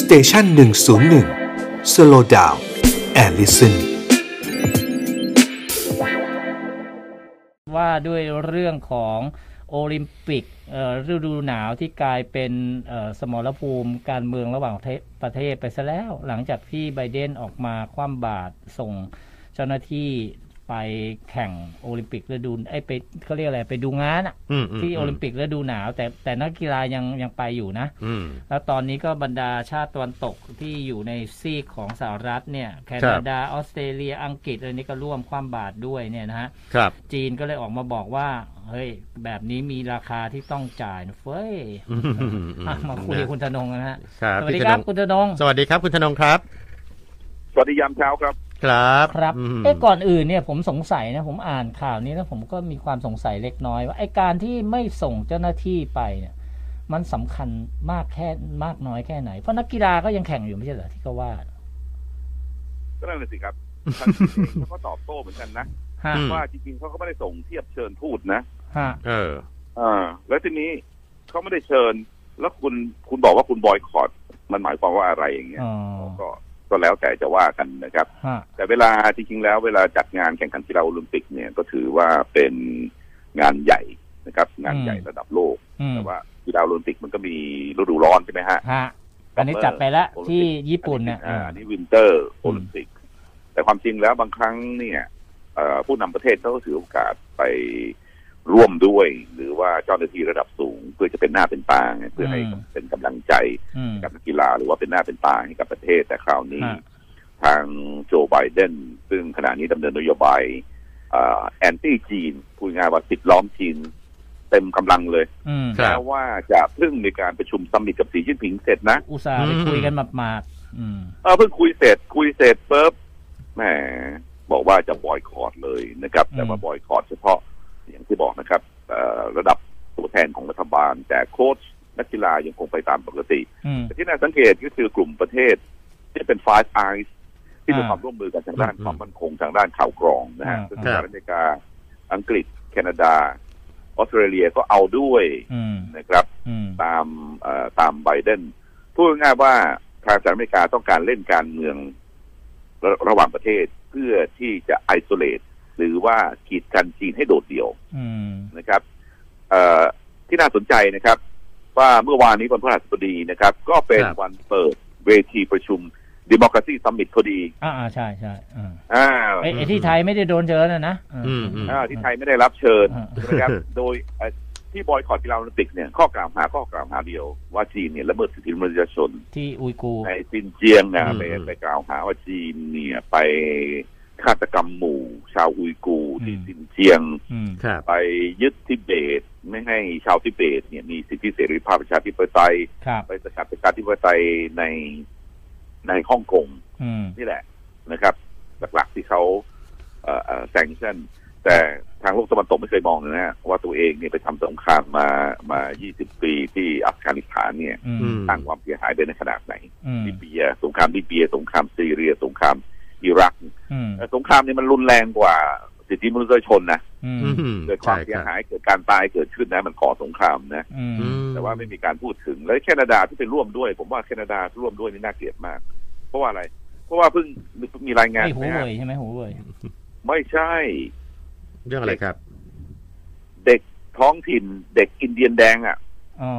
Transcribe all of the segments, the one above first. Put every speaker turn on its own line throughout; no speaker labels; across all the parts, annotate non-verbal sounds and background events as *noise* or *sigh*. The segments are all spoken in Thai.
สเตชันหนึ่งศูนย์หนึ่งสโลดาวแอลลิสัน
ว่าด้วยเรื่องของโอลิมปิกเอ่อฤดูหนาวที่กลายเป็นเอ่อสมรภูมิการเมืองระหว่างประเทศประเทศไปซะแล้ว หลังจากที่ไบเดนออกมาคว่ำบาตรส่งเจ้าหน้าที่ไปแข่งโอลิมปิกฤดูไอยไปเขาเรียกอะไรไปดูงานอะ
อืมม
ที่โอลิมปิกฤดูหนาว แต่แต่นักกีฬายังยังไปอยู่นะ
อืม
แล้วตอนนี้ก็บรรดาชาติตะวันตกที่อยู่ในซีกของสหรัฐเนี่ยแค
ครั
นา
บ
ดาออสเตรเลียอังกฤษอะไรนี้ก็ร่วมคว่ำบาตรด้วยเนี่ยนะฮะ
ครับ
จีนก็เลยออกมาบอกว่า เฮ้ย แบบนี้มีราคาที่ต้องจ่ายนะเฟ้ย
อืม *laughs*
อ่ะมาคุยกับคุณธนงนะฮะ
ครับ
สวัสดี
พี่
ครับ
ธนง
คุณธนง
สวัสดีครับคุณธนงครับ
สวัสดียามเช้าครับ
ครับ
ครับ
อืม
เอ้ก่อนอื่นเนี่ยผมสงสัยนะ ผมอ่านข่าวนี้แล้วผมก็มีความสงสัยเล็กน้อยว่าไอการที่ไม่ส่งเจ้าหน้าที่ไปเนี่ย มันสำคัญมากแค่มากน้อยแค่ไหน เพราะนักกีฬาก็ยังแข่งอยู่ไม่ใช่เหรอที่ก็ว่า
ก็นั่นแหละสิ
*laughs*
ครับทางจีนเองเขาก็ตอบโต้เหมือนกันนะ
ฮะ
ว่าจริงๆเขาก็ไม่ได้ส่งเทียบเชิญทูตนะ
ฮะ
เออ
อ่าแล้วทีนี้เขาไม่ได้เชิญ แล้วคุณคุณบอกว่าคุณบอยคอตมันหมายความว่าอะไรอย่างเงี้ย
อ๋อ
ก็ก็แล้วแต่จะว่ากันนะครับ
ฮะ
แต่เวลาจริงๆแล้วเวลาจัดงานแข่งขันกีฬาโอลิมปิกเนี่ยก็ถือว่าเป็นงานใหญ่นะครับ งานใหญ่ระดับโลก
อืม
แต่ว่ากีฬาโอลิมปิกมันก็มีฤดูร้อนใช่ไหมฮะ
ฮะอันนี้จัดไปแล้ว
โอลิมปิก
ที่ญี่ปุ่นเนี่ย
อ่าอันนี้วินเตอร์โอลิมปิก แต่ความจริงแล้วบางครั้งเนี่ยเอ่อผู้นำประเทศเขาก็ถือโอกาสไปร่วมด้วย หรือว่าเจ้าหน้าที่ระดับสูง เพื่อจะเป็นหน้าเป็นตาไงเพื่อให้เป็นกำลังใจ
อืม
กับนักกีฬาหรือว่าเป็นหน้าเป็นตาให้กับประเทศแต่คราวนี้
ฮะ
ทางโจไบเดนซึ่งขณะนี้ดำเนินนโยบายแอนตี้จีนพูดง่ายๆว่าติดล้อมจีน เต็มกำลังเลย
อืม
ครับ
แม้ว่าจะเพิ่งมีการประชุมซัมมิตกับสีจิ้นผิงเสร็จนะ
อุตส่าห์ไปคุยกันหมาดๆอืม
เออเพิ่งคุยเสร็จคุยเสร็จปุ๊บแหมบอกว่าจะบอยคอรดเลยนะครับ
อืม
แต่ว่าบอยคอรดเฉพาะอย่างที่บอกนะครับเอ่อระดับตัวแทนของรัฐบาล แต่โค้ชนักกีฬายังคงไปตามปกติ
อืม
แต่ที่น่าสังเกตก็คือกลุ่มประเทศ ที่เป็น Five Eyes ที่มี
อ่า
ความร่วมมือกันทางด้าน
อืม
ความมั่นคงทางด้านข่าวกรองนะฮะ
อ่า
ซึ่ง
ค
ส
รั
ห
บ
รัฐอเมริกาอังกฤษ แคนาดา ออสเตรเลียก็เอาด้วย
อืม
นะครับ
อืม
ตามเอ่อตามไบเดนพูดง่ายๆว่าทางสหรัฐอเมริกาต้องการเล่นการเมืองระระหว่างประเทศเพื่อที่จะไอโซเลตหรือว่ากีดกันจีนให้โดดเดี่ยว
อืม
นะครับเอ่อที่น่าสนใจนะครับ ว่าเมื่อวานนี้วันพฤหัสบดีนะครับ ก็เป็น
ครับ
วันเปิดเวทีประชุม Democracy Summit พอดี
อ่าอ่าใช่ใช่อ่า
อ่า
ไอ้ไอ้ที่ไทยไม่ได้โดนเจอนะนะอ่า
อืมอืม
อ่าที่ไทยไม่ได้รับเชิ
*laughs*
ญ
อ่า
นะครับ โดยเอ่อที่บอยคอรกีฬาโอลิมปิกเนี่ยข้อกล่าวหาข้อกล่าวหาเดียวว่าจีนเนี่ยละเมิดสิทธิมนุษยชน
ที่อุยกูร์
ในซินเจียงนะ
อืม
ไป
อืม
ไปกล่าวหาว่าจีนเนี่ยไปฆาตกรรมหมู่ ชาวอุยกูร์ที่ซินเจียง
อืม
ครับ
ไปยึดทิเบต ไม่ให้ชาวทิเบตเนี่ยมีสิทธิเสรีภาพประชาธิปไตย
ครับ
ไปประชาประชาธิปไตยในในฮ่องกง
อืม
นี่แหละนะครับ หลักๆที่เขาเอ่อเอ่อ sanction แต่ทางโลกตะวันตกไม่เคยมองเลยนะฮะว่าตัวเองเนี่ยไปทำสงครามมามา 20 ปีที่อัฟกานิสถานเนี่ย
อืม
อืม
สร้างความเสียหายไปในขนาดไหน
อืม
ลิเบียสงครามลิเบียสงครามซีเรีย สงครามอิรัก
อืม
เอ่อสงครามนี่มันรุนแรงกว่าสิทธิมนุษยชนนะ
อืม
อืม
เกิดความ
ใช่
เสีย
รับ
หายเกิดการตายเกิดขึ้นนะมันก่อสงครามนะ
อืม
อื
แต่ว่าไม่มีการพูดถึงแล้วแคนาดาที่ไปร่วมด้วย ผมว่าแคนาดาที่ร่วมด้วยนี่น่าเกลียดมาก เพราะว่าอะไร เพราะว่าเพิ่งมีรายงาน
ไอ้หัว
นะฮะ
เว่ยใช่ไหมหัวเว่ย
ไม่ใช่
เรื่องอะไรครับ
เด็กท้องถิ่น เด็กอินเดียนแดงอ่ะ
อ๋อ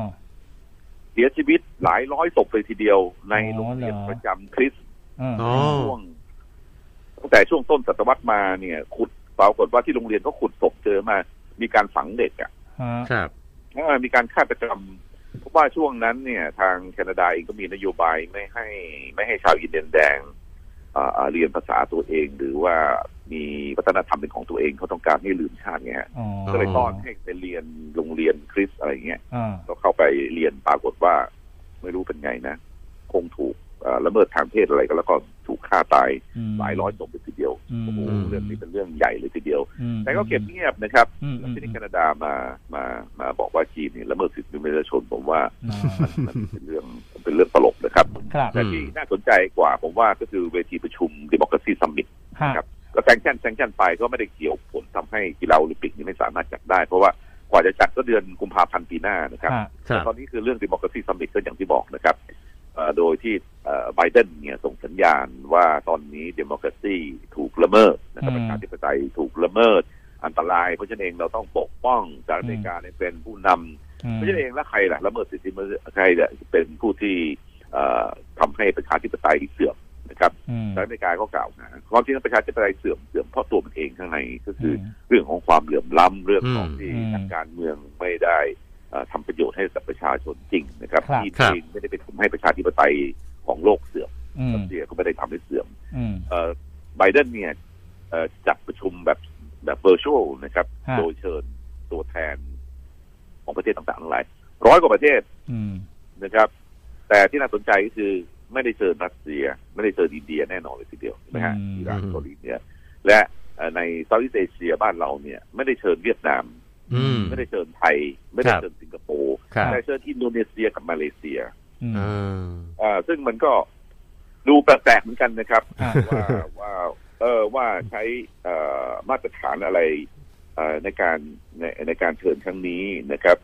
เสียชีวิตหลายร้อยศพเลยทีเดียวในโรงเรียน
อ๋อเหรอ
ประจำคริสต
อ๋อ
อ๋อ
ช่วงตั้งแต่ช่วงต้นศตวรรษมาเนี่ย ขุดปรากฏว่าที่โรงเรียนก็ขุดศพเจอมา มีการฝังเด็กอะ
ฮะ
ครับ
่ะมีการฆาตกรรมเพราะว่าช่วงนั้นเนี่ย ทางแคนาดาเองก็มีนโยบายไม่ให้ ไม่ให้ชาวอินเดียนแดงอ่าอ่าเรียนภาษาตัวเอง หรือว่ามีวัฒนธรรมเป็นของตัวเองเขาต้องการให้ลืมชาติไงฮะ
อ๋อ
ก็เลยต้อนให้ไปเรียนโรงเรียนคริสต์อะไรอย่างเงี้ย
อ่า
ก็เข้าไปเรียนปรากฏว่า ไม่รู้เป็นไงนะ คงถูกเอ่อละเมิดทางเพศอะไรก็แล้วก็ถูกฆ่าตาย
อืม
หลายร้อยศพเลยทีเดียว
อืม
โอ้โห เรื่องนี้เป็นเรื่องใหญ่เลยทีเดียว
อืม
แต่ก็เก็บเงียบนะครับ
อืม
แล้
อื
ว
ม
ที่นี่แคนาดามา มา มาบอกว่าจีนเนี่ยละเมิดสิทธิมนุษยชนผม
*laughs*
ว่า
อ๋อ
มันมันเป็นเรื่องมันเป็นเรื่องตลกนะครับ
ครับ
แต่ที่น่าสนใจกว่าผมว่าก็คือเวทีประชุม Democracy Summit
ฮะ
ครับ ก็แซงชั่นแซงชั่นไปก็ไม่ได้เกี่ยวผลทำให้กีฬาโอลิมปิกนี้ไม่สามารถจัดได้ เพราะว่ากว่าจะจัดก็เดือนกุมภาพันธ์ปีหน้านะครับ
ฮะ
ครับ
ตอนนี้คือเรื่อง Democracy Summit ก็อย่างที่บอกนะครับ เอ่อโดยที่ไบเดนเนี่ยส่งสัญญาณว่าตอนนี้เดโมแครซีถูกละเมิดนะครับ
อืม
ประชาธิปไตยถูกละเมิด อันตราย เพราะฉะนั้นเองเราต้องปกป้องสหรัฐอเมริกาเนี่ยเป็นผู้นำ
อืม
เพราะฉะนั้นเองแล้วใครล่ะละเมิดสิทธิมนุษยใครล่ะเป็นผู้ที่เอ่อทำให้ประชาธิปไตยเสื่อมนะครับ
อืม
สหรัฐอเมริกาก็กล่าวนะความจริงแล้วประชาธิปไตยเสื่อมเสื่อมเพราะตัวมันเองข้างในก็คืออ
ม
เรื่องของความเหลื่อมล้ำเรื่องของ
อืม
ที่
อืม
ทางการเมืองไม่ได้เอ่อทำประโยชน์ให้กับประชาชนจริงนะครับ
ครับ
ที่
ครับ
จีนไม่ได้เป็นทำให้ประชาธิปไตยของโลกเสื่อม
อืม
รัสเซียก็ไม่ได้ทำให้เสื่อม
อืม
เอ่อไบเดนเนี่ยเอ่อจัดประชุมแบบแบบเวอร์ชวลนะครับ
ฮะ
โดยเชิญตัวแทนของประเทศต่างๆทั้งหลายร้อยกว่าประเทศ
อืม
นะครับ แต่ที่น่าสนใจก็คือไม่ได้เชิญรัสเซีย ไม่ได้เชิญอินเดียแน่นอนเลยทีเดียวนะฮะอิหร่านเกาหลีเหนี่ยและเอ่อในเซาท์อีสเอเชียบ้านเราเนี่ยไม่ได้เชิญเวียดนาม
อืม
ไม่ได้เชิญไทย ไม่ได้
ครับ
เชิญสิงคโปร์
ครับ
แต่เชิญอินโดนีเซียกับมาเลเซีย
อืม
อ่า
อ่าซึ่งมันก็ดูแปลกๆเหมือนกันนะครับ
อ่า
ว่าว่าเออว่าใช้เอ่อมาตรฐานอะไรเอ่อในการในในการเชิญครั้งนี้นะครับ